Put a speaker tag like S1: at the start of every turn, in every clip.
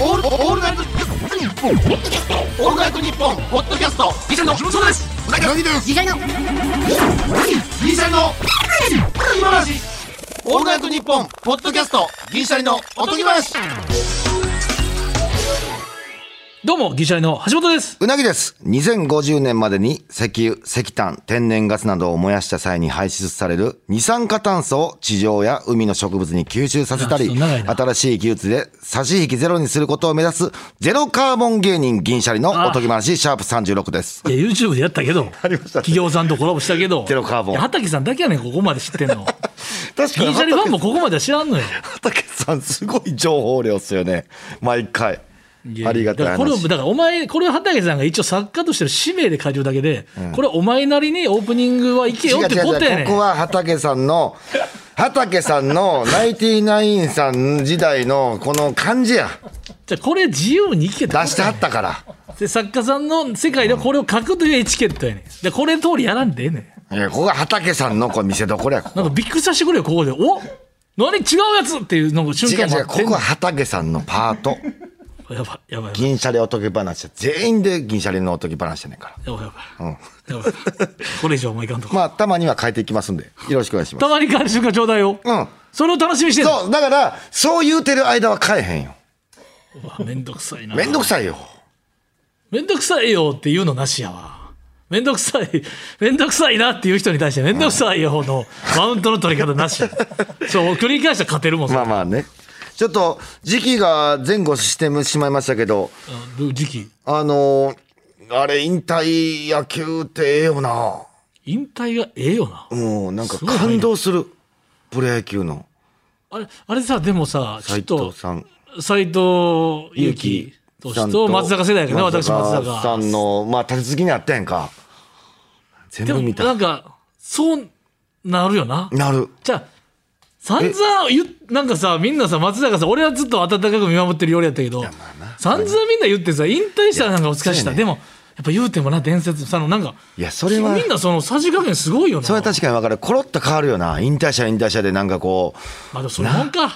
S1: オールオールナイトニッポンオールナイトニッポンポッドキャストギシャリの木本そうです
S2: 何です
S3: 時代の
S1: ギシャリの今話オールナイトニッポンポッドキャストギシャリのおとぎ話
S4: どうも、ギシャリの橋本です。
S2: うなぎです。2050年までに石油、石炭、天然ガスなどを燃やした際に排出される二酸化炭素を地上や海の植物に吸収させたり、
S4: あちょっと長いな
S2: 新しい技術で差し引きゼロにすることを目指すゼロカーボン芸人銀シャリのおとぎ話、シャープ36です。
S4: いや、YouTube でやったけど、企業さんとコラボしたけど、
S2: ゼロカーボン
S4: いや畑さんだけやねん、ここまで知ってんの。
S2: 確
S4: ギシャリファンもここまでは知らんのよ。
S2: 畑さんすごい情報量っすよね。毎回。ありがたい
S4: だからこれを
S2: 話
S4: だ。からお前、これは畑さんが一応作家としての使命で書いてるだけで、これはお前なりにオープニングは行けよ
S2: 違う
S4: ってことや
S2: 違う違
S4: ね。
S2: うんここは畑さんの畑さんのナインティナインさん時代のこの感じや
S4: じゃあこれ自由に行け
S2: 出してはったから
S4: で作家さんの世界ではこれを書くというエチケットやねん。で、これ通りやらんでええねん。
S2: いやここが畑さんのこう見せどころやここ
S4: なんかびっくりさせてくれよ、ここで。お何違うやつっていうのが瞬
S2: 違う
S4: 間
S2: 違
S4: もあ
S2: う
S4: っ
S2: こ
S4: てん
S2: こ
S4: の
S2: は畑さんのパート
S4: やばいやばいやばい
S2: 銀シャリおとぎ話全員で銀シャリのおとぎ話やねんから
S4: やばいやばい。やばい。これ以上お前いかんとこ。
S2: まあたまには変えていきますんでよろしくお願いします
S4: たまに監修がちょうだいよ。
S2: うん
S4: それを楽しみにしてんの
S2: そうだからそう言うてる間は変えへんよ
S4: うわめんどくさいな。
S2: めんどく
S4: さ
S2: さいよ
S4: い。めんどくさいよっていうのなしやわ。めんどくさい、 めんどくさいなっていう人に対してめんどくさいよのマウントの取り方な しや。そう、繰り返したら勝てるもん、
S2: まあまあねちょっと時期が前後してしまいましたけど
S4: うん時期。
S2: あのーあれ、引退野球ってええよな。
S4: 引退がええよな。
S2: うん、なんか
S4: すごいな
S2: 感動する。プロ野球の
S4: あれ、あれさ、でもさ、ちょっ
S2: 斎
S4: と
S2: 藤、さん。
S4: 斎藤
S2: 勇
S4: 佑
S2: 樹
S4: 樹投手と松坂世代やけどね、私松坂。
S2: さんの、まあ、立て続きにあったやんか。全
S4: で
S2: 部
S4: も
S2: 見
S4: な
S2: た
S4: ん。かそうなるよな
S2: なる。
S4: じゃあ散々言っなんかさみんなさ松坂さん俺はずっと温かく見守ってるよりやったけど散々みんな言ってさ引退したらなんかお疲れした、
S2: そうやね
S4: でもやっぱ言うてもな伝説そのなんか
S2: いやそれは
S4: みんなそのさじ加減すごいよな
S2: それは確かに分かる。コロッと変わるよな。引退者引退者でなんかこ
S4: まあでもそれもんか
S2: う。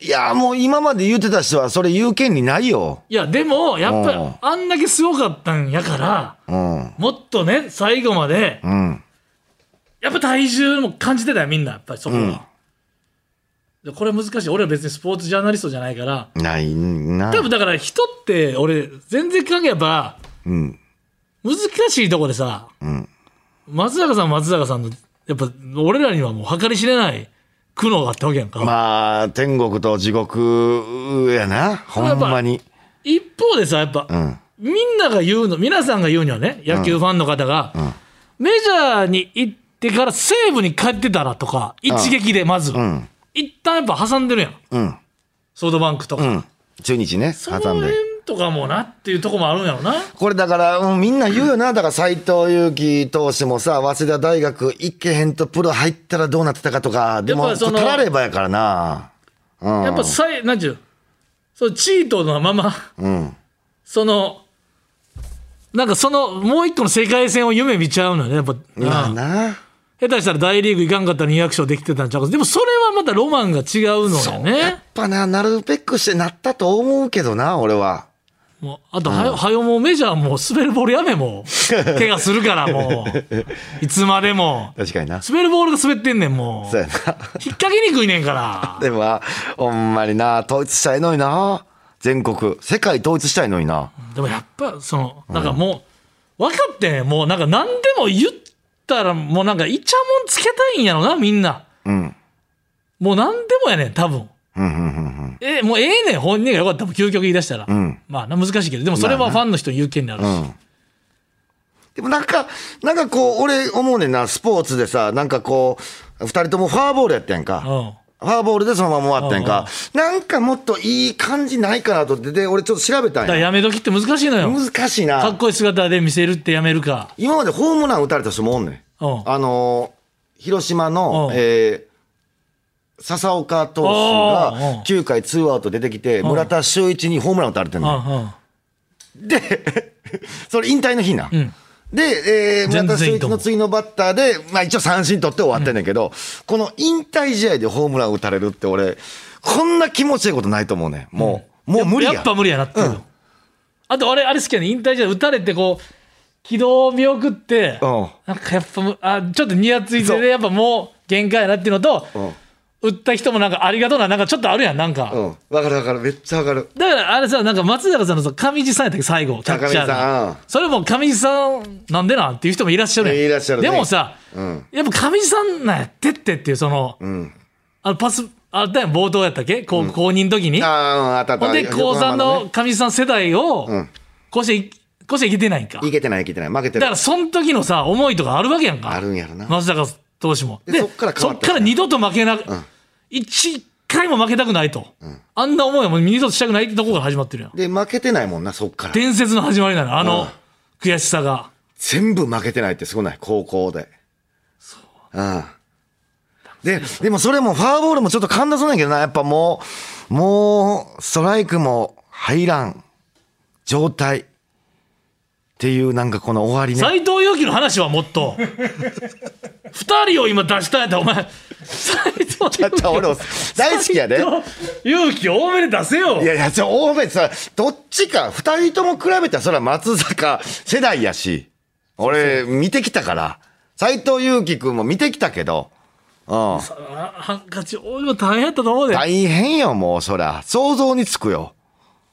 S2: いや、もう今まで言ってた人はそれ言う権利ないよ。
S4: いやでもやっぱり
S2: うん
S4: あんだけすごかったんやから
S2: うん。
S4: もっとね最後まで
S2: うん。
S4: やっぱ体重も感じてたよみんなやっぱりそこは、でこれ難しい俺は別にスポーツジャーナリストじゃないから
S2: ないな。
S4: 多分だから人って俺全然考えば
S2: うん。
S4: 難しいとこでさ、
S2: ん
S4: 松坂さんは松坂さんのやっぱ俺らにはもう計り知れない苦悩があったわけやんか、
S2: まあ、天国と地獄やな。ほんまに。
S4: 一方でさやっぱ、
S2: うん。
S4: みんなが言うの皆さんが言うにはね野球ファンの方が、メジャーに行ってから西武に帰ってたらとか一撃でまず、
S2: ん
S4: 一旦やっぱ挟んでるやん
S2: うん。
S4: ソードバンクとか、
S2: うん。中日ね、
S4: その
S2: 挟ん
S4: 辺
S2: で。
S4: とかもなっていうとこもあるんやろな
S2: これだから、うん、みんな言うよな。だから斎藤佑樹投手もさ、早稲田大学行けへんとプロ入ったらどうなってたかとか、で
S4: やっ
S2: も、
S4: ぱそ
S2: 取
S4: の
S2: らればやからな。うん。
S4: やっぱさい、なんちゅう、そうチートのまま、
S2: うん。
S4: その、なんかその、もう一個の世界戦を夢見ちゃうのよね、やっぱ。
S2: まあ
S4: うん
S2: な。
S4: 下手したら大リーグ行かんかったら200勝できてたんちゃうか。でもそれはまたロマンが違うのよ
S2: やっ
S4: ね。
S2: ぱな、なるべくしてなったと思うけどな、俺は。
S4: もうあとはよ、はよもうメジャーもう滑るボールやめ、 もう。怪我するから、もう。いつまで も。
S2: 確かにな。そ
S4: 滑るボールが滑ってんねん、もう
S2: う。やな。
S4: 引っ掛けにくいねんから。
S2: でもな、ほんまにな、統一したいのにな。全国、世界統一したいのにな。
S4: でもやっぱそのなんかもう、分かってんもうなんか何でも言ったらもうなんかイチャモンつけたいんやろなみんな
S2: うん。
S4: もう何でもやねん多分
S2: うん、うん、うん、
S4: えもうええねん本人がよかったもん究極言い出したら、
S2: ん
S4: まあな難しいけどでもそれはファンの人に言う権利あるし、
S2: うん。うん。でもなんか、なんかこう、俺思うねんな、スポーツでさ、なんかこう、二人ともフォアボールやったやんか。
S4: うん
S2: フォアボールでそのまま終わったやんか。なんかもっといい感じないかなと思って、で、俺ちょっと調べた
S4: だか
S2: ん
S4: ら
S2: や。
S4: やめ時って難しいのよ
S2: 難しい
S4: かっ
S2: な。
S4: こいい姿で見せるってやめるか
S2: 今までホームラン打たれた人もおんねん。
S4: うん
S2: あのー広島の、
S4: うん
S2: えー笹岡投手
S4: うんうん
S2: が9回ツーアウト出てきて、村田修一にホームラン打たれてん
S4: うん
S2: の。
S4: うん
S2: で、 それ引退の日な。
S4: ん
S2: で、えー、村
S4: 全
S2: 田
S4: 然
S2: 修
S4: いい
S2: 一
S4: と思
S2: の
S4: う
S2: 次のバッターで、まあ一応三振取って終わってんねんけど、この引退試合でホームラン打たれるって俺、こんな気持ちいいことないと思うねん。もう、もう無理や
S4: やっぱ無理やなっていう、あと俺あれ好きやね引退試合打たれてこう軌道を見送って、
S2: うん
S4: なんかやっぱむあちょっとニヤつい
S2: そ
S4: て
S2: う
S4: ねやっぱもう限界やなっていうのと、打った人もなんかありがとうななんかちょっとあるやんなんか、
S2: うんわかるわかるめっちゃわかる
S4: だからあれさなんか松坂さんのさ上地さんやったっけ最後キャッチャー
S2: 上地さんうん
S4: がそれも上地さんなんでなんっていう人もいらっしゃるやん
S2: いらっしゃるね
S4: でもさ、
S2: うん
S4: やっぱ上地さんなんやってってっていうその、
S2: ん
S4: あのパスあったやん冒頭やったっけこう公認の時に、
S2: あああったあった
S4: ほんで高3の上地さん世代を
S2: ん
S4: 甲子園甲子園行けてないんか
S2: いけてないいけてない負けてる
S4: だからその時のさ思いとかあるわけやんか
S2: あるんやろな
S4: 松坂投手も
S2: でそっから変わった
S4: そっから二度と負けな、一回も負けたくないと、あんな思いはもう二度としたくないってとこから始まってるやん
S2: で負けてないもんなそっから
S4: 伝説の始まりなのあ
S2: うん
S4: の悔しさが
S2: 全部負けてないってすごない高校でそううんででもそれもフォアボールもちょっと感動するんやけどなやっぱもうもうストライクも入らん状態っていうなんかこの終わりね
S4: 斎藤佑樹の話はもっ と二人を今出したんやったらお前斎藤
S2: だっ
S4: 佑
S2: て
S4: 樹
S2: 俺も大好きやで
S4: 斎藤佑樹多めで出せよ
S2: いやいや、じゃあ、大目さ、どっちか、二人とも比べたら、それは松坂世代やし、俺、見てきたから、斎藤佑樹くんも見てきたけど、うん。
S4: あハンカチ多いの大変やったと思うで
S2: 大変よ、もう、そら。想像につくよ。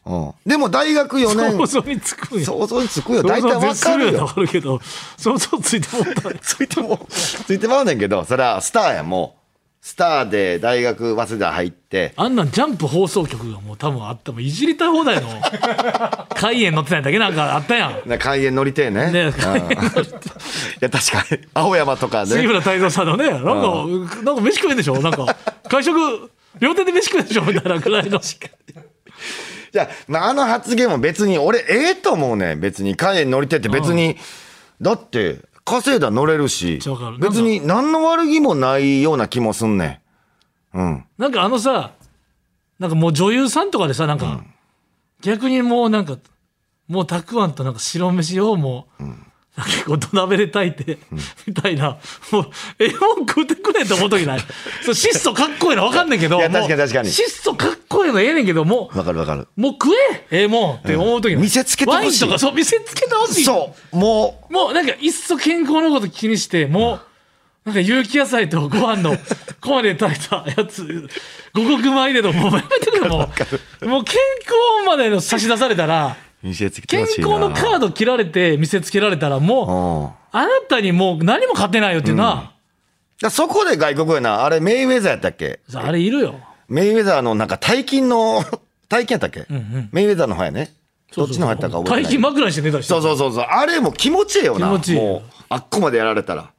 S2: うん。でも、大学4
S4: 想
S2: 年、
S4: 像につくんや
S2: 想像につくよ。
S4: 想
S2: 大体
S4: 像
S2: わ
S4: 絶す
S2: かる
S4: るよ
S2: よ。
S4: わかるけど想像ついてもった
S2: ついても、ついてまうねんけど、そら、スターや、もう。スターで大学、早稲田入って、
S4: あんなんジャンプ放送局がもう多分あったもんいじりたい放題 の海縁乗ってないだけなんかあったやん
S2: な開園乗りてえね。
S4: ね
S2: うん
S4: 開園
S2: いや、確かに。青山とかね。
S4: 杉村太蔵さんのねなんかなんか飯食えんでしょなんか会食両手で飯食えんでしょみたいなぐらいの
S2: じゃあ、まあ、あの発言も別に、俺、ええと思うねん。別に、カエン乗りてって別に、だって、稼いだら乗れるし
S4: わかる、
S2: 別に何の悪気もないような気もすんねん。うん。
S4: なんかあのさなんかもう女優さんとかでさなんか、逆にもうなんかもうたくあんとなんか白飯をもう、なんか結構土鍋で炊いて、みたいなもうええもん食うてくれと思う時 ないそう質素かっこいいの分かんねんけど
S2: いや
S4: もう
S2: 確かに確かに
S4: 質素かっこいいのええねんけどもう
S2: わかるわかる。
S4: もう食えええもんって思う時ない、
S2: うん見せつけてほしい
S4: ワインとかそう見せつけてほしい
S2: そう、も
S4: もうなんかいっそ健康のこと気にして、もう、なんか有機野菜とご飯 のこまで炊いたやつ、五穀米入れのもうやめてくれもう。もう健康までの差し出されたら、
S2: う、見せつけて
S4: 健
S2: ほしい
S4: 康
S2: な。
S4: のカード切られて見せつけられたらもう、
S2: うん。だか
S4: あなたにもう何も勝てないよっていうな、
S2: らそこで外国やな。あれ、メイウェザーやったっけ
S4: あれいるよ。
S2: メイウェザーのなんか大金の、 大金やったっけ、メイウェザーの方やね。どっちの方やったか覚えて
S4: 大
S2: ない。
S4: 金枕にして寝たりして
S2: そうそうそうそう。あれも気持ちええよな。
S4: 気持ちいいよ
S2: もう、あっこまでやられたら。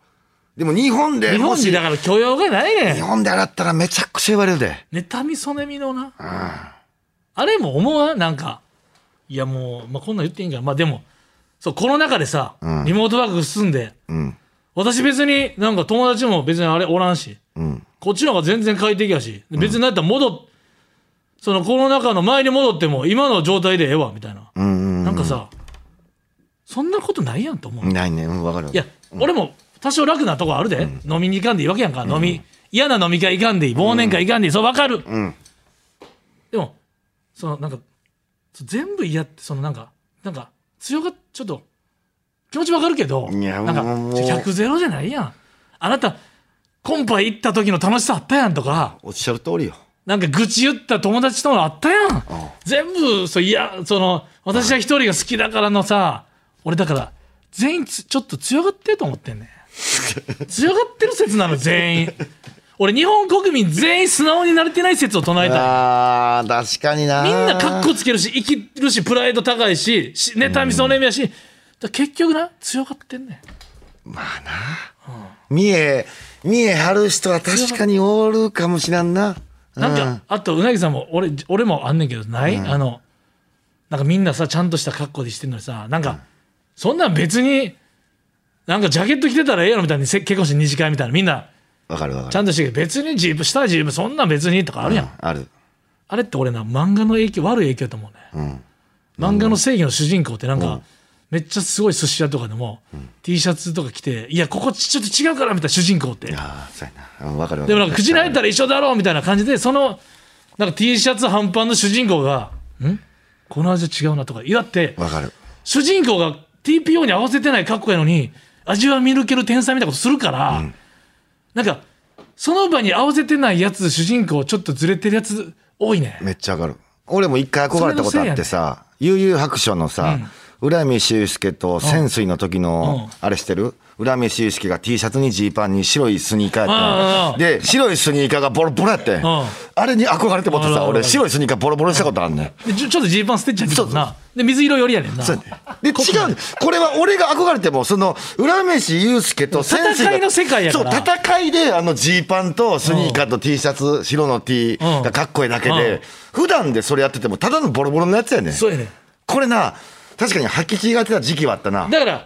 S2: でも日本で
S4: 日
S2: も
S4: 本
S2: し
S4: 人だから許容がないね
S2: 日
S4: ん。
S2: 本で洗ったらめちゃくちゃ言われるで。
S4: 妬みそねみのな。あれも思わんなんか。いやもう、まあ、こんなん言っていいんかな。まあでも、そう、コロナ禍でさ、
S2: ん
S4: リモートワーク進んで、
S2: うん。
S4: 私別になんか友達も別にあれおらんし、
S2: うん。
S4: こっちの方が全然快適やし、別になったら戻っ、そのコロナ禍の前に戻っても今の状態でええわ、みたいな。
S2: うんうん。
S4: なんかさ、そんなことないやんと思う。
S2: ないね。うん、わかる。
S4: いや、俺も多少楽なとこあるで、飲みに行かんでいいわけやんか、飲み嫌な飲み会行かんでいい忘年会行かんでいい、そう分かる、
S2: ん
S4: でもそのなんかそう全部嫌ってそのなんかなんか強がちょっと気持ち分かるけど
S2: いや
S4: なんか
S2: もう
S4: 100ゼロじゃないやんあなたコンパ行った時の楽しさあったやんとか
S2: おっしゃる通りよ。
S4: なんか愚痴言った友達とのあったやん全部そういやその私は一人が好きだからのさ俺だから全員つちょっと強がってると思ってんねん強がってる説なの全員俺日本国民全員素直になれてない説を唱えたい
S2: あー、確かにな。
S4: みんなカッ
S2: こ
S4: コつけるし生きるしプライド高いしし妬みそねみやし、だから結局な強がってんねん
S2: 見え、見え張る人は確かにおるかもしらんな。
S4: なんか、あとうなぎさんも俺俺もあんねんけどない、あのなんかみんなさちゃんとした格好でしてんのにさなんか、そんなん別になんかジャケット着てたらええやろみたいにせ結婚して二次会みたいなみんな
S2: わかるわか
S4: ちゃ
S2: る。
S4: んとしてるけど別にジープしたジープそんなん別にとかあるやん、
S2: ある。
S4: あれって俺な漫画の影響悪い影響だと思うね、漫画の正義の主人公ってなんか、めっちゃすごい寿司屋とかでも、T シャツとか着ていやここちょっと違うからみたいな主人公って
S2: あー、そうやな。うんわかるわかる。
S4: でもなんか口に入ったら一緒だろうみたいな感じでそのなんか T シャツ半端の主人公がんこの味は違うなとかいやだって
S2: わかる。
S4: 主人公が TPO に合わせてない格好やのに味は見抜ける天才みたいなことするから、なんかその場に合わせてないやつ主人公ちょっとずれてるやつ多いね
S2: めっちゃわかる。俺も一回憧れたことあってさ、悠々白書のさ、浦見修介と潜水の時の
S4: うん、
S2: あれしてる浦見修介が T シャツにジーパンに白いスニーカーやっ
S4: うんうんう
S2: た
S4: ん
S2: で、白いスニーカーがボロボロやってん
S4: ん
S2: あれに憧れてもって
S4: あるあ
S2: さ、
S4: る
S2: 俺白いスニーカーボロボロしたことあんねん。
S4: でちょちょっとジーパン捨てちゃってたもんなで水色よりやねんな
S2: そうやねで、違う。これは俺が憧れても、その、浦飯祐介と先生が。
S4: 戦いの世界やから
S2: そう、戦いで、あの、ジーパンとスニーカーと T シャツ、白の T
S4: うん
S2: がかっこいいだけ
S4: う
S2: で
S4: ん、
S2: 普段でそれやってても、ただのボロボロのやつやねん。
S4: そうやねん
S2: これな、確かに吐き違ってた時期はあったな。
S4: だから、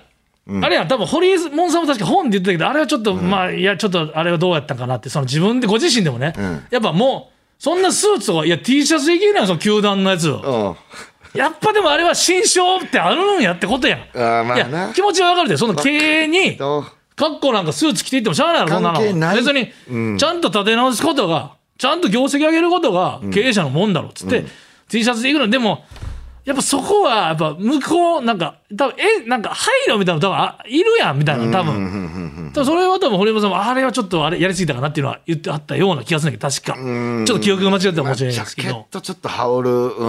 S4: あれやん多分堀江門さんも確か本で言ってたけどあれはちょっと、まあいやちょっとあれはどうやったんかなってその自分でご自身でもね、やっぱもうそんなスーツとかいや T シャツできるやんその球団のやつを、
S2: うん。
S4: やっぱでもあれは新商ってあるんやってことやん。
S2: ーまあない
S4: や気持ちはわかるで、その経営に、
S2: と
S4: 格好なんかスーツ着ていってもしゃあないやろ、そんなの。
S2: 関係ない
S4: 別に、ちゃんと立て直すことが、ちゃんと業績上げることが経営者のもんだろ、つって、T シャツで行くの。でも、やっぱそこは、やっぱ向こう、なんか、多分え、なんか配慮みたいなの多分あいるやん、みたいな、多分。多分それは多分堀本さんも、あれはちょっとあれやりすぎたかなっていうのは言ってあったような気がするんだけど、確か。ちょっと記憶が間違ってたかもしれない
S2: ジ
S4: です
S2: ャ
S4: け
S2: ケ
S4: ど
S2: ッ。トちょっと羽織る、う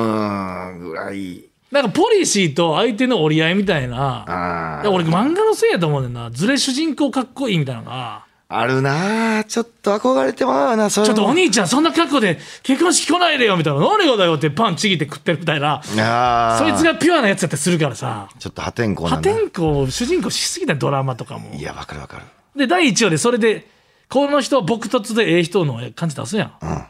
S2: ん、ぐらい。
S4: なんかポリシーと相手の折り合いみたい
S2: あ
S4: な
S2: ー、
S4: で俺、漫画のせいやと思うねんな、ずれ主人公かっこいいみたいなのが、
S2: あるなあちょっと憧れてまうな、それ
S4: ちょっとお
S2: に
S4: 兄ちゃん、そんな格好で結婚式来ないでよみたいな、何がだよってパンちぎって食ってるみたいな、
S2: あ
S4: そいつ
S2: が。
S4: がピュアなやつやってするからさ、
S2: ちょっと破天荒な
S4: 破
S2: んだ。
S4: 天荒、主人公しすぎたよドラマとかも。
S2: いや、わかるわかる。
S4: で、第1話でそれで、この人は僕とつでええ人の感じ出すやん。
S2: ん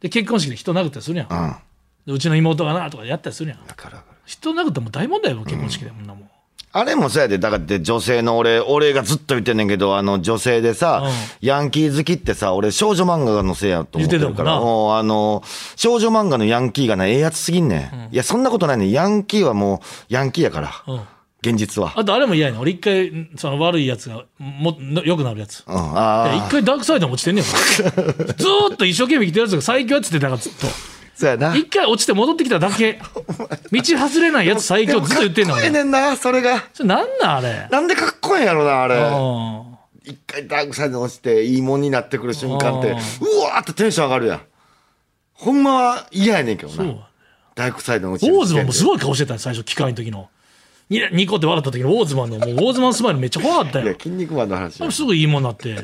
S4: で、結婚式で人殴ったりするやん。
S2: うん。わ
S4: でうちの妹がなとかやったりするやん。
S2: かるわかる。
S4: 人殴ったらもう大問題やもん、結婚式でもんなもん。
S2: あれもそうやで、だからって女性の俺、俺がずっと言ってんねんけど、あの女性でさ、
S4: う
S2: ヤンキー好きってさ、俺少女漫画のせいやと思ってる
S4: 言って
S2: から、
S4: たもんな
S2: もうあの、少女漫画のヤンキーがな、ええやつすぎんねん。いや、そんなことないねん。ヤンキーはもう、ヤンキーやから、
S4: うん
S2: 現実は。
S4: あとあれも嫌やね俺一回その悪いやつがもの良くなるやつ
S2: うん、あ
S4: 一
S2: あ、
S4: 回ダークサイドも落ちてんねんずーっと一生懸命生きてるやつが最強やつってだからずっと
S2: そうやな。
S4: 一回落ちて戻ってきただけ道外れないやつ最強ずっと言ってんの
S2: かっこええねんな、それが。
S4: それなんなんあれ
S2: なんでかっこええんやろな、あ
S4: う
S2: れ。
S4: ん
S2: 一回ダークサイドに落ちて、いいもんになってくる瞬間って、うわ
S4: あー
S2: ーってテンション上がるやん。ほんまは嫌やねんけど
S4: そう
S2: な。ダークサイドの落ちてる
S4: ウォー
S2: 時点
S4: ズ
S2: で
S4: マンもすごい顔してたよ最初機械の時のニニコって笑った時のウォーズマンのもうウォーズマンスマイルめっちゃ怖かった
S2: いや
S4: よ、
S2: 筋肉マンの 話。確
S4: すぐいいもんなって
S2: か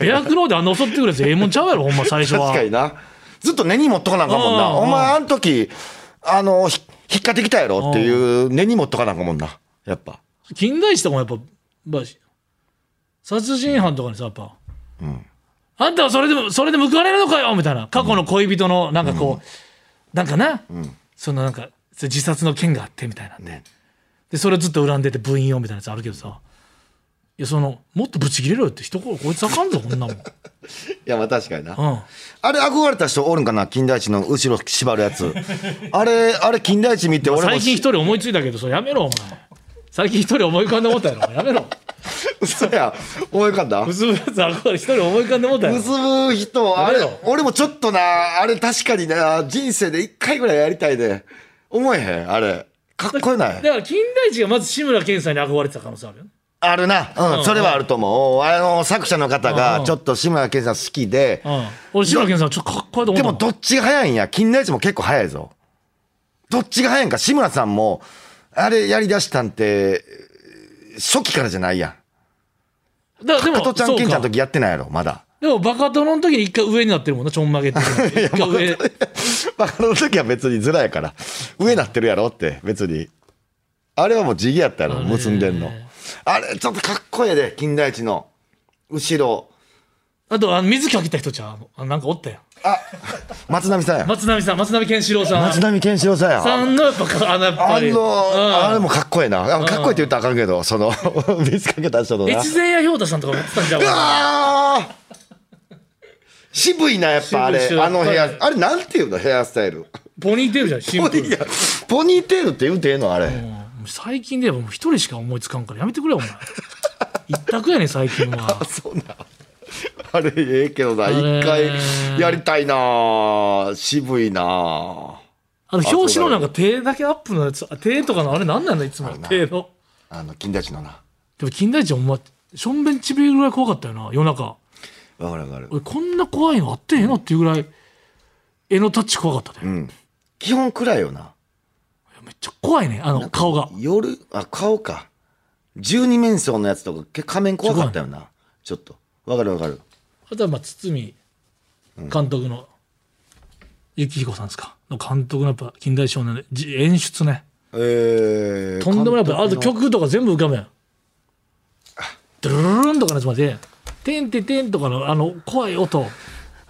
S4: エ
S2: に。
S4: アクローであんな襲ってくるやつええもんちゃうやろほんま最初は
S2: 確かにな。ずっと根に持っとかなんかもんな。
S4: うん
S2: お前、あの時、あの、ひ引っかってきたやろっていう根に持っとかなんかもんな。やっぱ。
S4: 近代史とかもやっぱ、まあ殺人犯とかにさやっぱ、あんたはそれでもそれで報われるのかよみたいな過去の恋人のなんかこう、なんかな、そのなんかそれ自殺の件があってみたいな、
S2: ね。
S4: でそれをずっと恨んでて部員をみたいなやつあるけどさいやそのもっとブチ切れろよって一言こいつあかんぞこん なもん、う
S2: いや、まあ確かにな。
S4: ん、
S2: あれ憧れた人おるんかな金田一の後ろ縛るや つ。あれ、あれ金田一見て俺も
S4: 最近一人思いついたけどそれやめろお前最近一人思い浮かんでもったやろやめ ろ
S2: 嘘や。思い浮かん だ
S4: 結ぶやつ憧れ一人思い浮かんでもったやろ
S2: 結ぶ人、あれ
S4: やめろ、
S2: 俺もちょっとな、あれ確かにな、人生で一回ぐらいやりたいで。思えへんあれ。かっこよない
S4: だ。から金田一がまず志村けんさんに憧れてた可能性あるよね
S2: あるな、うん、
S4: うん
S2: それはあると思う。あの作者の方
S4: う
S2: が
S4: ん
S2: ちょっと志村けんさん好きで、
S4: うん、俺志村けんさんちょっとかっこいい
S2: で
S4: と思った
S2: も
S4: もん
S2: どっちが早いんや、金田一も結構早いぞ。どっちが早いんか、志村さんも、あれやりだしたんて、初期からじゃないやん。
S4: だからで
S2: 加ト
S4: も
S2: ちゃん、
S4: そう
S2: ケンちゃん
S4: か
S2: の時やってないやろ、まだ。
S4: でもバカ殿の時に一回上になってるもんなちょんまげっ ていうのが一回上
S2: バカの時は別にズラやから。上なってるやろって、別に。あれはもう地毛やったやろ、結んでんの。あれ、ちょっとかっこええで、金田一の。後ろ。
S4: あとあの水かけた人ちゃうあなんかおったやん
S2: あ、松並さんや。
S4: 松波さん松波健志郎さん
S2: 松並健四郎さんや。
S4: さんのやっぱかあのやっぱ
S2: あ
S4: り
S2: の、あれ
S4: うん
S2: もかっこええな。あかっこええって言ったらあかんけど、その、 見つかけた人のな。
S4: 越前屋氷太さんとかもやってたんじゃん
S2: あー渋いな、やっぱあれ
S4: 渋い。渋い
S2: あのヘ
S4: は
S2: ア
S4: い、
S2: あれなんていうのヘアスタイル。
S4: ポニーテールじゃんシン
S2: ポ
S4: プ
S2: ニ
S4: ル
S2: ーポニーテールって言うてええのあれ。
S4: うん最近ではもう一人しか思いつかんからやめてくれよお前一択やねん最近 は
S2: そうなん。あれ、ええけどな。
S4: れ
S2: 一回やりたいな。渋いな。
S4: ああの表紙のなんか手だけアップのやつあ手とかのあれなんなんだいつも
S2: な
S4: 手の
S2: あの金田一のな
S4: でも金田一お前しょんべんちびるぐらい怖かったよな夜中
S2: わかるわかる
S4: 俺こんな怖いのあってへんのっていうぐらい絵のタッチ怖かったで、
S2: うん基本暗いよな
S4: めっちゃ怖いねあの顔が
S2: 夜あ顔か十二面相のやつとかけ仮面怖かったよなちょっとわかるわかる
S4: あとはまあ堤監督の、幸彦さんですかの監督のやっぱ近代少年でじ演出ね
S2: えー、
S4: とんでもないやっぱあと
S2: 監督の
S4: 曲とか全部浮かべんドゥルルルンとかのやつまで「てんてんてん」とかのあの怖い音うん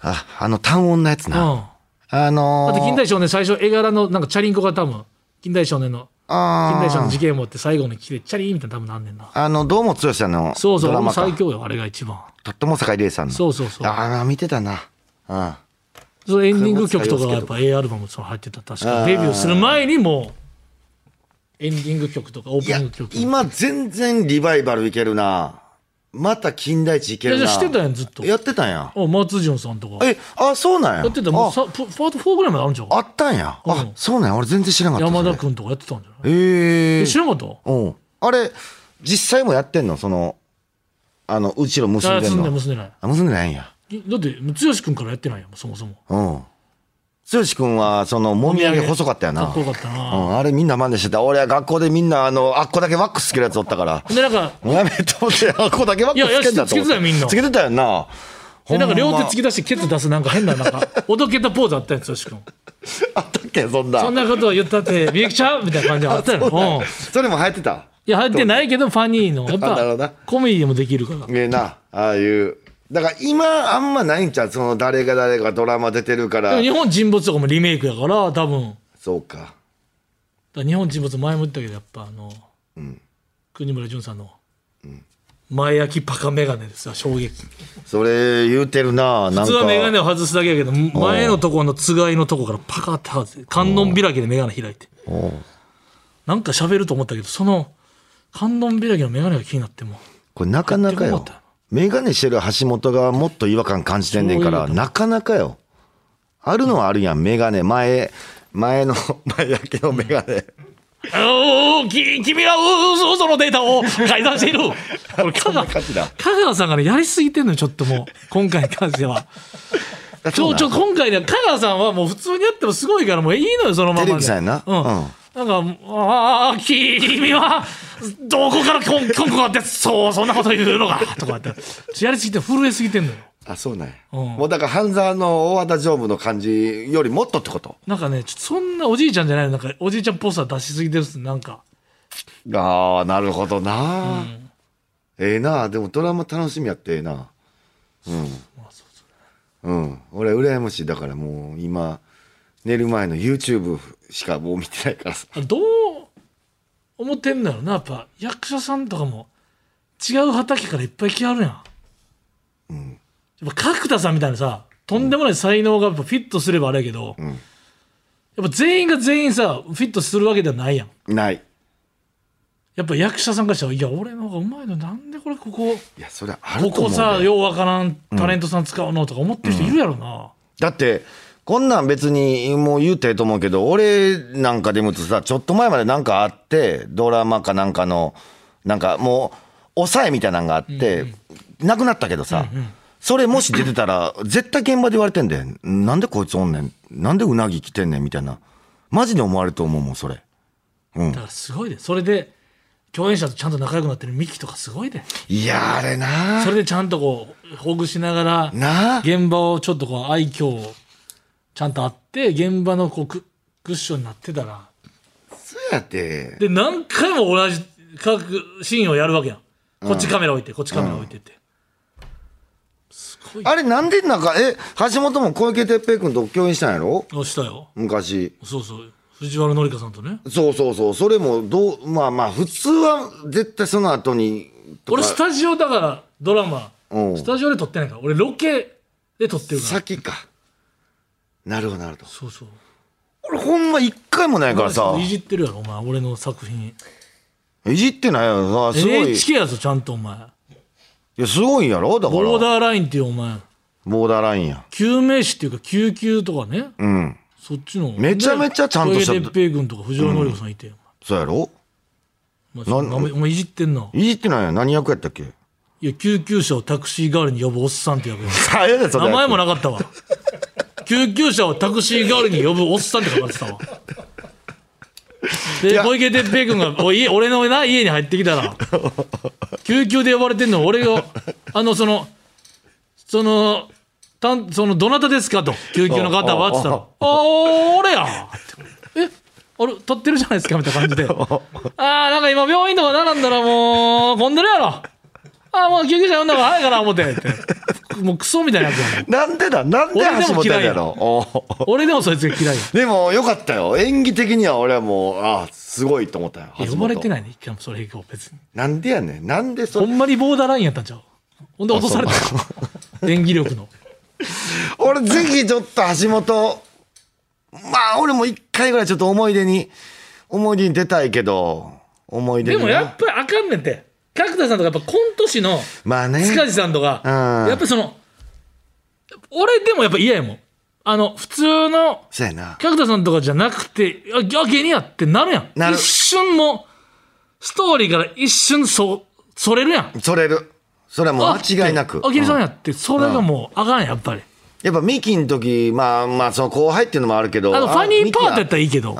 S2: ああの単音のやつな、
S4: あ
S2: あのー、
S4: と近代少年最初絵柄のなんかチャリンコが多分近代少年の
S2: あー
S4: 近代少年の事件持って最後に来てチャリーンみたいなの多分なんねんな
S2: あの堂本剛さんの
S4: そうそう
S2: ドラ
S4: 俺も
S2: マか
S4: 最強よあれが一番
S2: とっても坂井玲さんの
S4: そうそうそう
S2: ああ見てたなうん
S4: そのエンディング曲とかがやっぱ A アルバムその入ってた確
S2: あ
S4: か
S2: ー
S4: デビューする前にもうエンディング曲とかオ
S2: い
S4: ープニ
S2: や
S4: ング曲
S2: 今全然リバイバルいけるなまた金田一いける
S4: いや
S2: ない
S4: や知ってたやんずっと
S2: やってたんや
S4: お松潤さんとかや
S2: えあそうなんや
S4: ってたもう
S2: あ
S4: さパパート4ぐらいまであるんちゃう
S2: あ
S4: か
S2: ったんやあ
S4: うん
S2: そうなんや俺全然知らなかった
S4: 山田
S2: そ
S4: 君とかやってたんじゃな
S2: れ
S4: い
S2: へえ
S4: え知らなかった
S2: うんあれ実際もやってんのそのあのうちろ結ん
S4: あ
S2: でん
S4: 結んで
S2: の
S4: 結んでない
S2: あ結んでないんや
S4: だって剛君からやってないやんそもそも
S2: うん剛君はそのもみあげ細かったよ
S4: か
S2: な
S4: っこよかったな、
S2: うん、あれみんな真似してた。俺は学校でみんなあの、あっこだけワックスつけるやつおったから。
S4: でなんか
S2: もうやめと思って、あっこだけワックスつけんだと思って。
S4: いやいやつけてたよみんな
S2: つけてたよな。
S4: でなんか両手突
S2: け
S4: き出してケツ出すなんか変 ななんかおどけたポーズあったやん剛君
S2: あったっけそんな。
S4: そんなことを言っ たってみゆきちゃんみたいな感じがあったよ、うん
S2: それも流行ってた。
S4: いや、入ってないけど、ファニーの。やっ
S2: あなるほどな
S4: ぱ、コメディもできるから。
S2: ええな、ああいう。だから今あんまないんちゃうその誰が誰がドラマ出てるから
S4: でも。日本沈没とかもリメイクやから、多分。だか
S2: そうか。
S4: ら日本沈没前も言ったけど、やっぱあの、国村淳さんの、前焼きパカメガネですわ、衝撃。
S2: それ言うてるな。なん
S4: 普通
S2: か
S4: はメガネを外すだけやけど、前のところのつがいのとこからパカって外して、観音開きでメガネ開いて。なんか喋ると思ったけど、その、観音開きのメガネが気になっても、
S2: これなかなか
S4: 入っ
S2: よ
S4: てこなかっ。
S2: メガネしてる橋本がもっと違和感感じてんねんか
S4: そうい
S2: ら、
S4: うこと
S2: なかなかよ。あるのはあるやん、メガネ。前、前の、前焼けのメガネ。
S4: おーき君は嘘嘘のデータを改ざ んしている俺香川
S2: 感じだ
S4: 香川さんがねやりすぎてんのよちょっともう今回に関してはちょちょ今回ね香川さんはもう普通にやってもすごいからもういいのよそのままで
S2: テレビさんやな
S4: う
S2: うん
S4: ん、なんかああ君はどこからこんこんこがあってそうそんなこと言うのかとかってやりすぎて震えすぎてんのよ
S2: あ、そうなんや。
S4: うん
S2: もうだから、半沢の大和田常務の感じよりもっとってこと
S4: なんかねちょっとそんなおじいちゃんじゃないのなんかおじいちゃんっぽさ出しすぎてるっすなんか
S2: ああ、なるほどな。ええな、でもドラマ楽しみやってええな。うん。うん。俺、羨ましい。だからもう、今、寝る前の YouTube しかもう見てないからさ。
S4: あどう思ってんだろうなやっぱ役者さんとかも違う畑からいっぱい来はるやん、やっぱ角田さんみたいなさとんでもない才能がやっぱフィットすればあれやけど、やっぱ全員が全員さフィットするわけではないやん
S2: ない。
S4: やっぱ役者さんからしたら「いや俺の方がうまいのになんでこれここ
S2: いや、それある思
S4: ことこ
S2: う、ね。
S4: さようわからんタレントさん使うの?」とか思ってる人いるやろな、
S2: だって、こんなん別にもう言うてえと思うけど、俺なんかでもさ、ちょっと前までなんかあって、ドラマかなんかの、なんかもう、抑えみたいなのがあって、なくなったけどさ、それもし出てたら、絶対現場で言われてんで、なんでこいつおんねん、なんでうなぎ来てんねんみたいな、マジで思われると思うもん、それ。
S4: だからすごいでそれで共演者とちゃんと仲良くなってるミキとかすごいで
S2: いやあれな
S4: それでちゃんとこうほぐしながら
S2: なあ
S4: 現場をちょっとこう愛嬌をちゃんとあって現場のこうククッションになってたら
S2: そうやって、
S4: で何回も同じ各シーンをやるわけやんこっちカメラ置いてこっちカメラ置いてって、すごい
S2: あれなんでなんか、え、橋本も小池徹平君と共演したんやろ
S4: あしたよ
S2: 昔。
S4: そうそう藤原紀香さんとね
S2: そうそうそう、それもどう、まあまあ、普通は絶対その後にとか、
S4: 俺スタジオだからドラマ
S2: うん
S4: スタジオで撮ってないから俺ロケで撮ってるから
S2: 先か。なるほど、なるほど。
S4: そうそう
S2: 俺、ほんま一回もないからさ、
S4: いじってるやろお前俺の作品
S2: いじってないやろ、さすごい。い
S4: NHK やぞちゃんとお前
S2: や、すごいんやろ、だから。
S4: ボ
S2: ボ
S4: ー
S2: ーダー
S4: ダーラインっていうお前
S2: ラインや。
S4: 救命士っていうか救急とかね、
S2: うん。
S4: そっちの
S2: めちゃめちゃちゃんとした
S4: 小出平君とか藤原紀子さんいて、
S2: そうやろ
S4: まあそ
S2: なん
S4: お前お前いじってんない
S2: じってないやん何役やったっけ
S4: いや救急車をタクシー代わりに呼ぶおっさんって呼ぶ
S2: 大変だよそれ
S4: 名前もなかっ たわ救急車をタクシー代わりに呼ぶおっさんって書かれてたわ
S2: い
S4: で
S2: や
S4: 小池徹平君がおい俺のな家に入ってきたら救急で呼ばれてんの俺があのそのそのたんそのどなたですかと救急の方はっつったら「あー俺や」って「えあれ立ってるじゃないですか」みたいな感じで「あーなんか今病院とか並んだらもう混んでるやろあーもう救急車呼んだ方が早いかな思って」ってもうクソみたいなやつやん
S2: なんでだなんで橋本やねんやろおう
S4: 俺でもそいつが嫌いや
S2: でもよかったよ演技的には俺はもうああすごいと思ったよ
S4: いや呼ばれて
S2: ない
S4: ないね一回もそれ以降別に
S2: なんでやねんなんでそ
S4: ほ
S2: れ
S4: んまにボーダーラインやったんちゃうほんで落とされた演技 力の
S2: 俺ぜひちょっと橋本まあ俺も一回ぐらいちょっと思い出に思い出に出たいけど思い出
S4: で
S2: に
S4: も
S2: な
S4: やっぱりあかんねんて角田さんとかやっぱコント師の
S2: まあね
S4: 塚地さんとか、
S2: うん
S4: やっぱりその俺でもやっぱ嫌やもんあの普通の
S2: そうやな
S4: 角田さんとかじゃなくてああ芸人やってなるやん
S2: なる
S4: 一瞬もうストーリーから一瞬そそれるやん
S2: それるそれはもう間違いなく
S4: あ芸人さん
S2: うん
S4: やってそれがもうあかんやっぱり
S2: やっぱミキの時まあまあその後輩っていうのもあるけど
S4: あのファニーパートやった
S2: ら
S4: らいいけど
S2: うん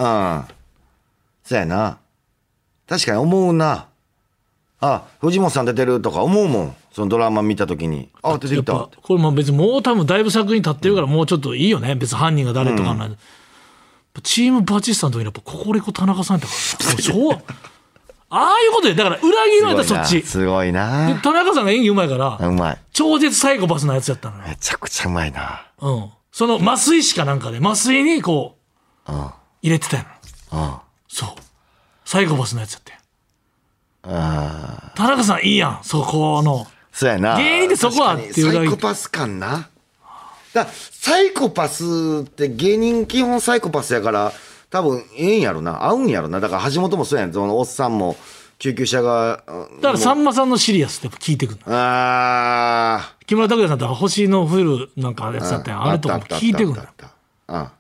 S2: そうやな確かに思うなあ藤本さん出てるとか思うもんそのドラマ見た時にあ出て
S4: や
S2: き
S4: ったぱこれも別にもう多分だいぶ作品立ってるからもうちょっといいよね別に犯人が誰とかない、やっぱチームバチスタの時にやっぱココリコ田中さんやったから そうああいうことでだから裏切るのやったらそっち
S2: すごい
S4: で
S2: な
S4: 田中さんが演技うまいから、
S2: すごいなうまい
S4: 超絶サイコパスなやつやったのよ、
S2: めちゃくちゃうまいな
S4: うん、その麻酔師かなんかで麻酔にこう
S2: うん
S4: 入れてたやん
S2: うん
S4: そうサイコパスのやつやって
S2: あー
S4: 田中さんいいやんそこの
S2: そうやな
S4: 芸人ってそこは
S2: 確か
S4: っていう
S2: に
S4: ぐ
S2: サ
S4: ら
S2: イ
S4: い
S2: コパス感なだサイコパスって芸人基本サイコパスやから多分ええんやろな合うんやろなだから橋本もそうやんそのおっさんも救急車がうん
S4: だからさんまさんのシリアスってやっぱ聞いてくるの
S2: あ
S4: 木村拓哉さんとか星の降るなんかやつだったやん
S2: ー
S4: あれとかも聞いてくるんだ
S2: あ
S4: よ
S2: ったあったあったあったうん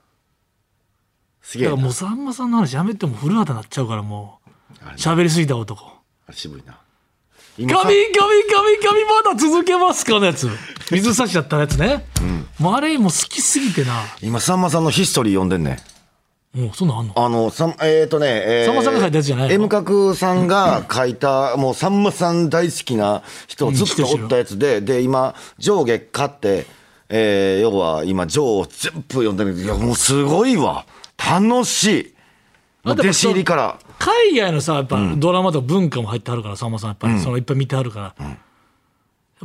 S2: すげ
S4: だ
S2: え
S4: から
S2: な
S4: もうさんまさんの話やめても古畑になっちゃうからもう
S2: あれ
S4: 喋りすぎた男
S2: あ渋いな
S4: 「ガ
S2: さ
S4: ミガミガミガミまだ続けますか?」のや つ水差しだったやつね、もうあれもう好きすぎてな
S2: 今さんまさんのヒストリー読んでんねん
S4: もうそんなんあんの
S2: あの、さん、えっ、とね、えー
S4: さんまさんが書いたやつじゃないの
S2: M 角さんが書い た、もうさんまさん大好きな人をずっとおったやつで、で、今、上下買って、えー要は今、上を全部読んでるいや、もうすごいわ。楽しい。もう弟子入りから。
S4: 海外のさやっぱドラマとか文化も入ってあるからさんまさんやっぱりそのいっぱい見てあるから、やっ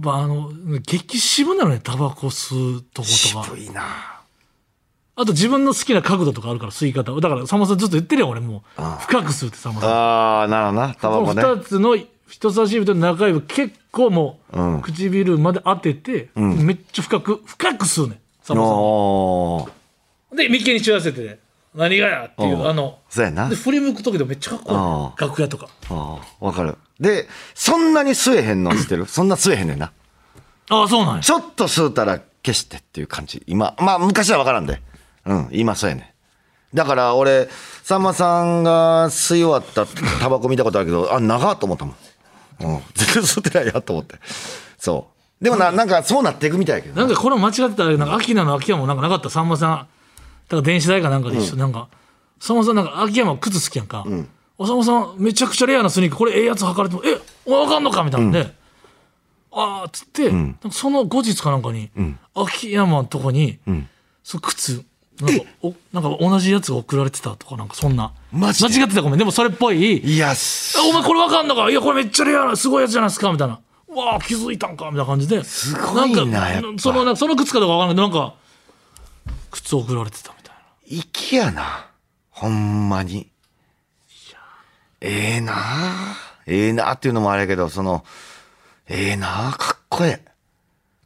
S4: ぱあの激渋なのねタバコ吸うとことか
S2: 渋いな
S4: あと自分の好きな角度とかあるから吸い方だからさんまさんずっと言ってるよ俺もう深く吸うってさんまさん
S2: あー、なるほどな、タバ
S4: こ
S2: コね。
S4: の2つの人差し指と中指結構もう唇まで当てて、めっちゃ深く深く吸うねんさんまさ
S2: おー
S4: んで眉間にしわ寄せて何がやっていううんあの
S2: そうやな
S4: で。振り向く時でもめっちゃかっこいいね
S2: う
S4: 楽屋とか
S2: あーわかる。で、そんなに吸えへんの知ってるそんな吸えへんねんな。
S4: ああそうなんや
S2: ちょっと吸うたら消してっていう感じ。今、まあ昔は分からんで。うん、今そうやね。だから俺、さんまさんが吸い終わったタバコ見たことあるけど、あ、長っと思ったもん。うん、全然吸ってないやと思って。そう。でもな、なんかそうなっていくみたいやけどな。
S4: なんかこれも間違ってたらなんか秋名の秋山もなんかなかったさんまさんだから電子代かなんかで一緒、なんかさんまさんなんか秋山靴好きやんか、おさんまさんめちゃくちゃレアなスニーカーこれええやつ履かれてもえわかんのかみたいなんで、ああっつって、なんかその後日かなんかに、秋山のとこに、その靴なんかおなんか同じやつが送られてたとかなんかそんな
S2: マジで
S4: 間違ってたごめんでもそれっぽい
S2: いや、す
S4: あお前これわかんのかいやこれめっちゃレアなすごいやつじゃないですかみたいなうわあ気づいたんかみたいな感じです
S2: ごいなやっぱ
S4: そのなんかその靴かどうかわかんないけどなんか靴送られてたみたい
S2: 粋やな。ほんまに。ええなあええなあっていうのもあれやけど、その、ええなあかっこええ。
S4: な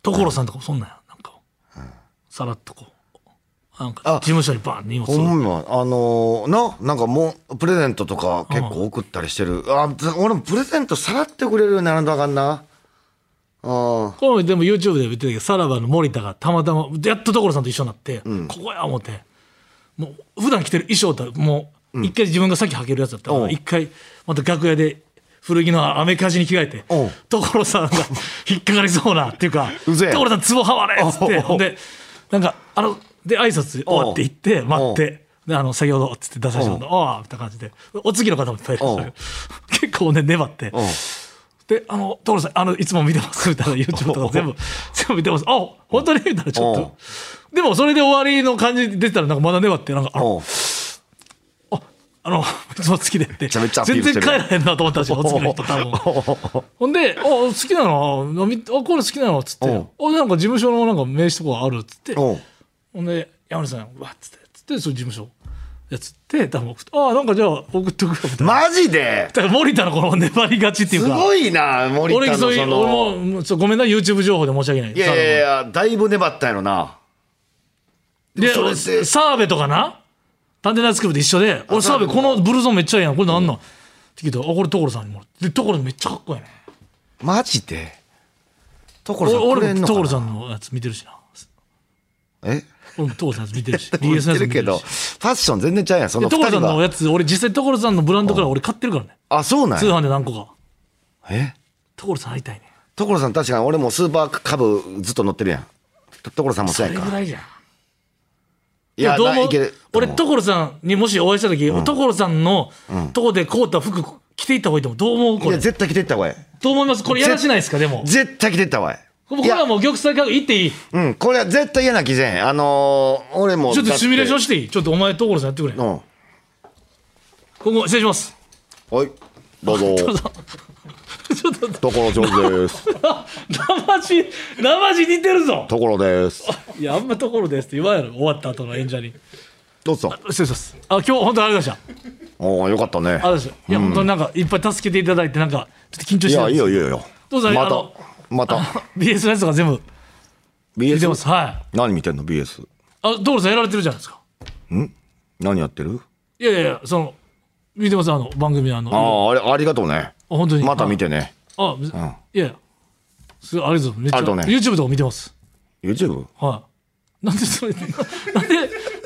S4: 所さんとかもそんなんやなんか、さらっとこうなんか
S2: あ
S4: 事務所にバーン荷物
S2: ほ
S4: を
S2: んま、あのーな、なんかもう、プレゼントとか結構送ったりしてる。あ、俺もプレゼントさらってくれるようにならんとあかんな。うん。
S4: これでも YouTube で言ってたけどさらばの森田がたまたまやっと所さんと一緒になって、ここや思ってもう普段着てる衣装だもう一回自分がさっき履けるやつだったか
S2: お
S4: ら
S2: う
S4: 一回また楽屋で古着のアメカジに着替えて
S2: おう
S4: 所さんが 引っかかりそうなっていうか
S2: うぜえ
S4: 所さんツボはまれっつって
S2: おう
S4: ほんでなんかあので挨拶終わって行って待って。であの先ほどっつって出させてもらったああみたいな感じでお次の方もいっぱいいらっしゃる 結構ね粘って
S2: うん
S4: で、あの、所さん、あの、いつも見てます、 みたいな YouTube とか全部、全部見てます。あ、本当にみたいな、ちょっと。でも、それで終わりの感じで出てたら、なんかまだ粘って、なんか、あの、
S2: おう
S4: あのいつも好きでって、
S2: ちゃめちゃアピー
S4: 全
S2: ルし
S4: 然
S2: て
S4: 帰
S2: る
S4: らへんなと思ったし、お付きの人多分。ほんで、あ、好きなの飲み、あ、これ好きなのっつって、あ、なん
S2: お
S4: か事務所のなんか名刺とかあるっつって、
S2: おう
S4: ほんで、山根さん、わっつって、つって、その事務所、やつって、多分送って、あ、なんかじゃあ送っとくよ、みたいな。
S2: マジで
S4: だから森田のこの粘りがちっていう
S2: す
S4: か。
S2: ごいな、森
S4: 俺
S2: 田の
S4: そうい
S2: そう
S4: 俺
S2: の。
S4: ももうちょっとごめんな YouTube 情報で申し訳ない
S2: いやいやいや、だいぶ粘ったんやろな。
S4: で
S2: それって
S4: 澤部とかな探偵ナイトスクープで一緒で俺澤部このブルゾンめっちゃええやんこれなんなん、って聞いたらあこれ所さんにもらってで所めっちゃかっこいいね
S2: マジで所さん
S4: 俺
S2: くれ
S4: 俺
S2: ん
S4: も
S2: のかな
S4: 所さんのやつ見てるしな
S2: え
S4: 俺も所さんのやつ見 てるし
S2: 言
S4: BS
S2: っ
S4: のや
S2: て
S4: つ
S2: る
S4: 見て
S2: け
S4: る
S2: ど、
S4: し
S2: ファッション全然ちゃうやん、そ
S4: で
S2: の二
S4: 所さ
S2: 人
S4: んの
S2: が。
S4: やつ俺実際所さんのブランドから俺買ってるからね
S2: あ、そうなん
S4: 通
S2: や。
S4: 販で何個か
S2: え
S4: 所さん会いたいね
S2: 所さん確かに俺もスーパーカブずっと乗ってるやん。と所さんもそ
S4: そう
S2: や
S4: れ
S2: ん
S4: ぐ
S2: か。
S4: らいじゃん
S2: いや、
S4: どう
S2: な
S4: も
S2: いける。
S4: 俺
S2: と思う
S4: 所さんにもしお会いした時、所さんのとこでこうた服着ていった方がいいと思うどう思うこ
S2: い
S4: れ
S2: や、絶対着てった方がいい。
S4: どう思いますこれやらしないですかでも
S2: 絶対着てった方がいい。
S4: これはもう玉砕覚悟いっていいち
S2: うん、これは絶対嫌な気せん。あのー、俺も。
S4: ょっとシミュレーション
S2: し
S4: していいちょっとお前所さんやってくれ
S2: う
S4: 今
S2: ん。
S4: 後失礼します
S2: はい。どうぞ。
S4: 所さんちょっ と
S2: 所ジョージです。
S4: 生地生地似てるぞ
S2: 所です。
S4: いやあんま所ですって言わんやろ終わった後の演者に
S2: どうぞ。
S4: 失礼しますあ今日本当にありがとうございました
S2: おお、よかったね。
S4: ありがとうございましたいや本当になんかいっぱい助けていただいてなんかちょっと緊張
S2: い
S4: してた
S2: や、
S4: ん
S2: いい
S4: です
S2: よ、いいよ、いいよ。
S4: どうぞ
S2: ま
S4: あの
S2: た。また。
S4: BS のやつとか全部見てま
S2: BS
S4: すはい
S2: 何見てんの ?BS。
S4: あ、所さんやられてるじゃないですか。
S2: 何やってる
S4: いやいやいや、その、見てます、あの、番組のあ
S2: ああ、
S4: の、あ
S2: あれ、ありがとうね。
S4: 本当に。
S2: また見
S4: て。
S2: てね。
S4: あ、別いやいや、すありがとうございます。めっち
S2: あ
S4: ゃ、
S2: りがとうね
S4: YouTube とか見てます。
S2: YouTube?
S4: はい。なんでそれ、なんで、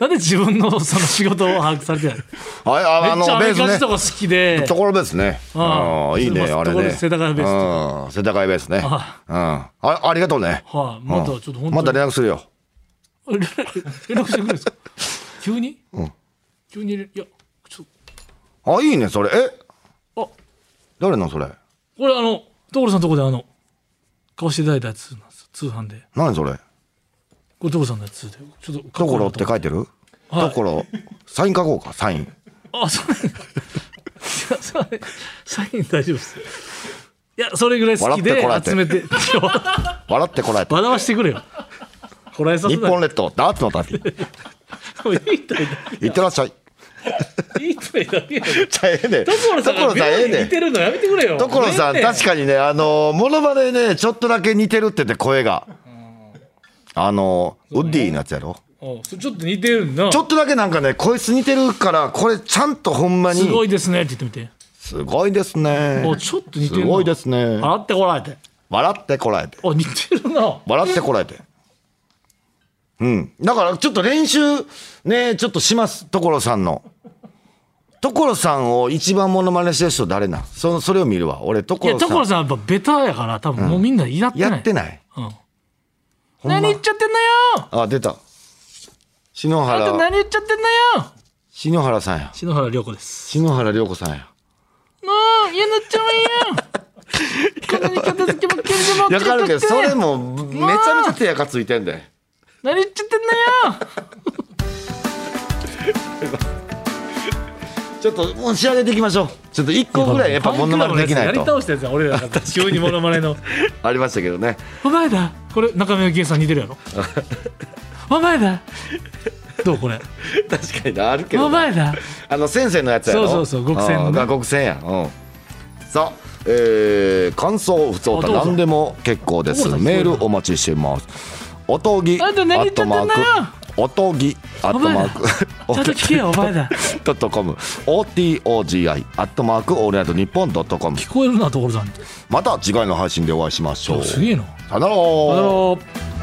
S4: なんで自分のその仕事を把握されてない
S2: あれ、ああ
S4: めっちゃ
S2: の、
S4: ア
S2: ベ
S4: メ
S2: ー
S4: リカ
S2: ス
S4: 人
S2: ね。
S4: が好きで、
S2: ところベースね。
S4: あ
S2: あ
S4: あ
S2: あ、いいね、
S4: すいま
S2: あ
S4: せ
S2: れ
S4: んところベー
S2: ね。
S4: ス世田谷ベ
S2: う
S4: ース
S2: ん、世田谷ベースね。うん。
S4: あ
S2: あありがとうね。
S4: はい、またちょっと
S2: ま
S4: 本
S2: た
S4: 当に、
S2: 連絡するよ。
S4: 連絡してくれるんですか急に、
S2: ん
S4: 急に、いや、ちょっと、
S2: あ、いいね、それ。え
S4: あ、
S2: 誰のそれ
S4: これあの、所さんのとこであの、買わせていただいたやつなんですよ通販で。
S2: 何それ
S4: これ所さんのやつで、ちょっとか
S2: と
S4: こいい
S2: ころ
S4: な
S2: って書いてる
S4: はい
S2: ところ、サイン書こうか、サイン。
S4: あ、そうなんだ。 いやそれサイン大丈夫です。いや、それぐらい好きで
S2: 笑って
S4: 集
S2: こ
S4: めて、
S2: 笑ってこらえて。
S4: 笑わしてくれよ。こらえさ
S2: 日
S4: せない。
S2: 本列島、ダーツの旅。
S4: もういいとい
S2: いってらっしゃい。
S4: いいといだけやろ。
S2: ちゃええねん。と
S4: 所さんが
S2: ころさんええ
S4: 妙に
S2: ね
S4: 似てるのやめてくれよ。
S2: ん。ところさん、確
S4: に。
S2: かにね、あの、モノマネね、ちょっとだけ似てるって言って、声が。あの、ウッディのやつやろ
S4: おそれちょっと似てるな。
S2: ちょっとだけなんかね、こいつ似てるから、これちゃんとほんまに。
S4: すごいですねって言ってみて。
S2: すごいですね
S4: お。ちょっと似
S2: す
S4: てるな。
S2: ごいですね。
S4: 笑ってこらえて。
S2: 笑ってこらえて。
S4: お似てるな。
S2: 笑ってこらえて。うん。だから、ちょっと練習、ね、ちょっとします。所さんの。所さんを一番モノマネしてる人誰なんそのそれを見るわ。俺、
S4: いや、
S2: 所さん。
S4: 所さんやっぱベタやから、多分もうみんなやってない。
S2: やってない。
S4: うん
S2: んま
S4: 何言っちゃってんのよ
S2: あ、出た。篠
S4: あと
S2: 原、
S4: 何言っちゃってんのよ
S2: 篠原さんや。
S4: 篠原涼子です。
S2: 篠原涼子さんや。
S3: もう嫌になっちゃうわよこんなに片付けばっかりでも
S2: やかるけど、それも、めちゃめちゃ手垢ついてんで。
S3: 何言っちゃってんのよ
S2: ちょっと、もう仕上げていきましょう。ちょっと一個ぐらい、やっぱモノマネできない
S4: やり
S2: と。
S4: 倒したやつは俺らが急にモノマネの。
S2: ありましたけどね。
S4: お前だこれ中村健さん似てるや ろお前だどうこれ
S2: 確かになあるけど
S4: お
S2: な。
S4: 前だ
S2: あの先生のやつやろ
S4: そうそうそう極戦のね
S2: あーが極戦やうんさあ、えー、感想不相
S4: あ
S2: 談
S4: どうぞ
S2: 何でも結構です
S4: 所さん
S2: メールお待ちしてますおとぎ
S4: あんた何言っちゃってんのよ
S2: おとぎアットマーク
S4: ちゃんと 聞け よお前 だ
S2: ドットコム OTOGI アットマークオールナイトニッポンドットコム
S4: 聞こえるな所さん
S2: また次回の配信でお会いしましょう
S4: すげえな
S2: さよなら
S4: あのー